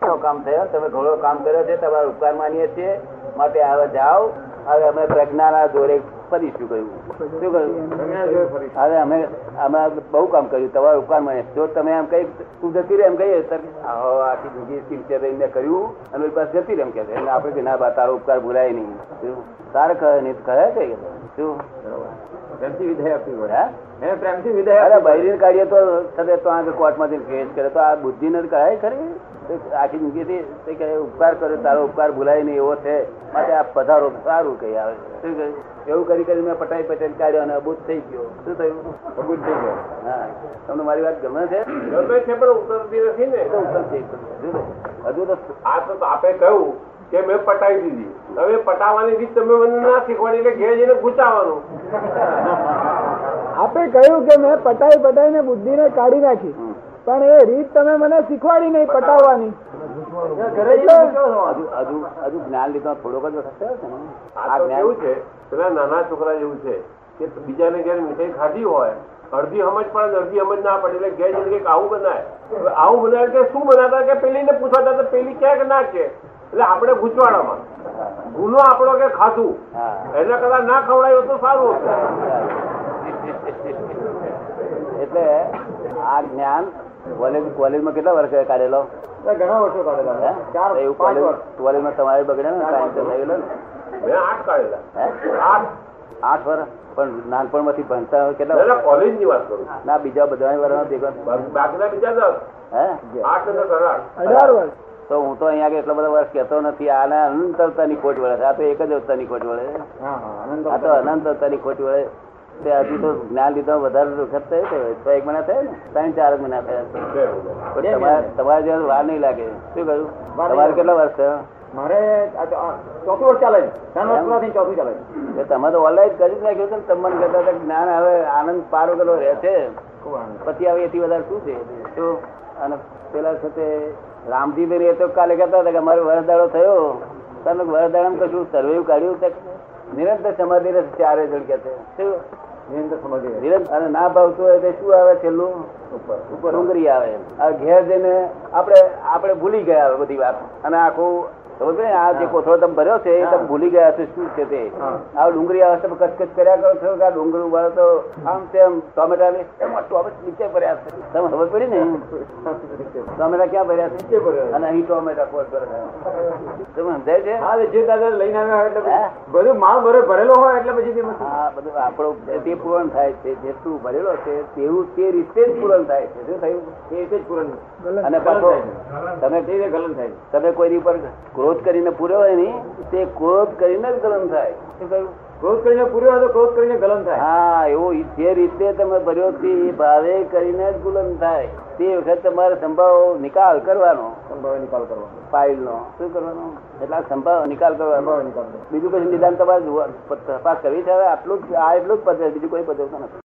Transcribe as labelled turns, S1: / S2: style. S1: ઘણો કામ થયો તમે ઘણો કામ કર્યો છે તમારો ઉપકાર માનીએ છીએ માટે હવે જાઓ હવે અમે પ્રજ્ઞાના દોરે ફરીશું કહ્યું શું કહ્યું હવે અમે અમે બહુ કામ કર્યું તમારો ઉપકાર માનીએ જો તમે એમ કઈ તું જતી રહે એમ કહીએ તો આહો આખી જિંદગી સિન્સિયર રહીને કર્યું અને ઓલી પાસે જતી રહે એમ કહે છે એટલે આપણે કે ના બા તારો ઉપકાર ભૂલાય નહીં શું? તારે કહે નહીં તો કહે છે શું
S2: પ્રેમથી વિદાય આપવી પડે
S1: હા
S2: હે પ્રેમથી વિદાય
S1: અરે
S2: આપવી પડે.
S1: બૈરી કાઢીએ તો થતે તો આ કોર્ટમાંથી કેસ કરે તો આ બુદ્ધિ ને કરાય ખરી તો આખી જિંદગીથી તે કહે ઉપકાર કર્યો તારો ઉપકાર ભૂલાય નહીં એવો છે માટે આ પધારો સારું કહી આવે શું કહ્યું? એવું કરી કરી મેં પટાઈ પટાઈ કાઢ્યો અને અબૂત થઈ ગયો શું થયું
S2: ભગું થઈ ગયો.
S1: હા તમને મારી વાત ગમે છે
S2: ગમે છે પણ ઉતરતી નથી ને
S1: એ તો ઉત્તમ થઈ ગયું. શું થયું? હજુ તો
S2: આ તો આપે કહ્યું કે મેં પટાઈ દીધી હવે પટાવાની રીત તમે મને ના શીખવાડી એટલે ઘેર જઈને ગુચાવાનું
S3: આપે કહ્યું કે મેં પટાઈ પટાઈને બુદ્ધિને કાઢી નાખી
S1: હમ.
S3: પણ એ રીત તમે મને શીખવાડી નહીં પટાવવાની
S1: હજુ હજુ હજુ જ્ઞાન લીધો થોડોક જ વખત થયો છે ને
S2: આ
S1: આ જ્ઞાન
S2: તો કેવું છે પેલા નાના છોકરા જેવું છે કે બીજાને ઘેર મીઠાઈ ખાધી હોય અડધી સમજ પડે ને અડધી સમજ ના પડે એટલે ઘેર જઈને કંઈક આવું બનાય હવે આવું બનાવે કે શું બનાવતા કે પેલીને પૂછાતા તો પેલી ક્યાંક ના કે એટલે આપણે ગુચવાડામાં ગુનો આપણો કે ખાધું
S1: હા
S2: એના કરતા ના ખવડાયું તો સારું હતું
S1: એટલે આ જ્ઞાન કોલેજ કોલેજમાં કેટલા વર્ષે કાઢેલો
S3: ઘણા વર્ષો
S1: હે? તો એવું કોલેજ કોલેજમાં તમારે બગડે ને ટાઈમ તો થઈ ગયેલો ને
S2: મેં આઠ કાઢેલા
S1: હે?
S2: આઠ
S1: આઠ વર્ષ પણ નાનપણમાંથી ભણતા હોય કેટલા
S2: પહેલા
S1: વર્ષ?
S2: કોલેજ ની વાત કરું
S1: ના બીજા બધા વર્ષમાં ભેગો
S2: બાકી- બાકીના બીજા દસ
S1: હે
S2: આઠ અને કરાર
S3: અઢાર વર્ષ
S1: તો હું તો અહીંયા આગળ એટલા બધા વર્ષ કહેતો નથી આને અનંત અવતારની ખોટ વળે છે. આ તો એક જ અવતારની ખોટ વળે છે. આ તો અનંત અવતારની ખોટ વળે તે હજુ તો જ્ઞાન લીધા વધારે વખત થયો છે. છ એક મહિના થયા ને ત્રણ ચાર જ મહિના થયા છે.
S2: બે બધા.
S1: પણ તમારે તમારે જેવા વાર નહીં લાગે શું કહ્યું
S3: વાર નહીં
S1: તમારે કેટલા વર્ષ થયા
S3: મારે ચોથું વર્ષ ચાલે ત્રણ
S1: વર્ષ પૂરા
S3: ચોથું ચાલે
S1: એ તમે તો ઓનલાઈન કરી જ નાખ્યું છે ને તમને કહેતા હતા કે જ્ઞાન હવે આનંદ પાર વગરનો રહે છે પછી હવે એથી વધારે શું છે તો અને પેલા સાથે રામજીભાઈ એ તો કાલે કહેતા હતા કે અમારો વરદાડો થયો તમે વરદાડામાં કશું સર્વે કાઢ્યું તે નિરંતર સમાધિ રહે છે, ચારે જણ કે છે શું? નિરંતર અને ના ભાવતું હોય તો શું આવે છેલ્લું ઉપર ડુંગળી આવે આ ઘેર જઈને આપણે આપણે ભૂલી ગયા હવે બધી વાત અને આખું સમજ પડી ને? આ જે કોથળો તમે ભર્યો છે એ તમે ભૂલી ગયા છો શું છે તે આ ડુંગળી આવે છે તમે કચકચ કર્યા કરો છો કે આ ડુંગળી ઉભા તો આમ તેમ ટોમેટા ને એમાં ટોમેટા નીચે ભર્યા છે તમે ખબર પડી ને ટોમેટા ક્યાં ભર્યા છે
S3: નીચે ભર્યા છે.
S1: અને અહીં ટોમેટા કોટ ભર્યા છે. તમે સમજાય છે
S3: હા એટલે જે દાદા લઈને આવ્યા એટલે
S1: હે?
S3: પછી બધું માલ ભરે ભરેલો હોય એટલે પછી તે વસ્તુ-
S1: આ બધું આપણો તે પૂરણ થાય છે જેટલું ભરેલો છે તેવું તે રીતે જ પૂરણ થાય છે શું થયું
S3: એ રીતે જ પૂરણ
S1: અને પાછો તમે
S3: એ રીતે ગલન થાય છે.
S1: તમે કોઈની પર ક્રોધ કરીને પૂર્યો હોય નહીં તે ક્રોધ કરીને જ ગરમ થાય શું કહ્યું?
S3: ક્રોધ કરીને પૂર્યો હોય તો ક્રોધ કરીને ગલન થાય
S1: હા એવો ઈ જે રીતે તમે ભર્યો છે એ ભાવે કરીને જ ગુલમ થાય તે વખત તમારે સંભાવ નિકાલ કરવાનો
S3: સંભાવે નિકાલ કરવો
S1: ફાઇલનો શું કરવાનો એટલા સંભાવ નિકાલ કરવાનો
S3: સંભાવે નિકાલ કરવો
S1: બીજું કશું નિદાન તમારે જોવા- તપાસ કરવી છે હવે આટલું જ આ એટલું જ પદ્ધતિ બીજું કોઈ પદ્ધતિ નથી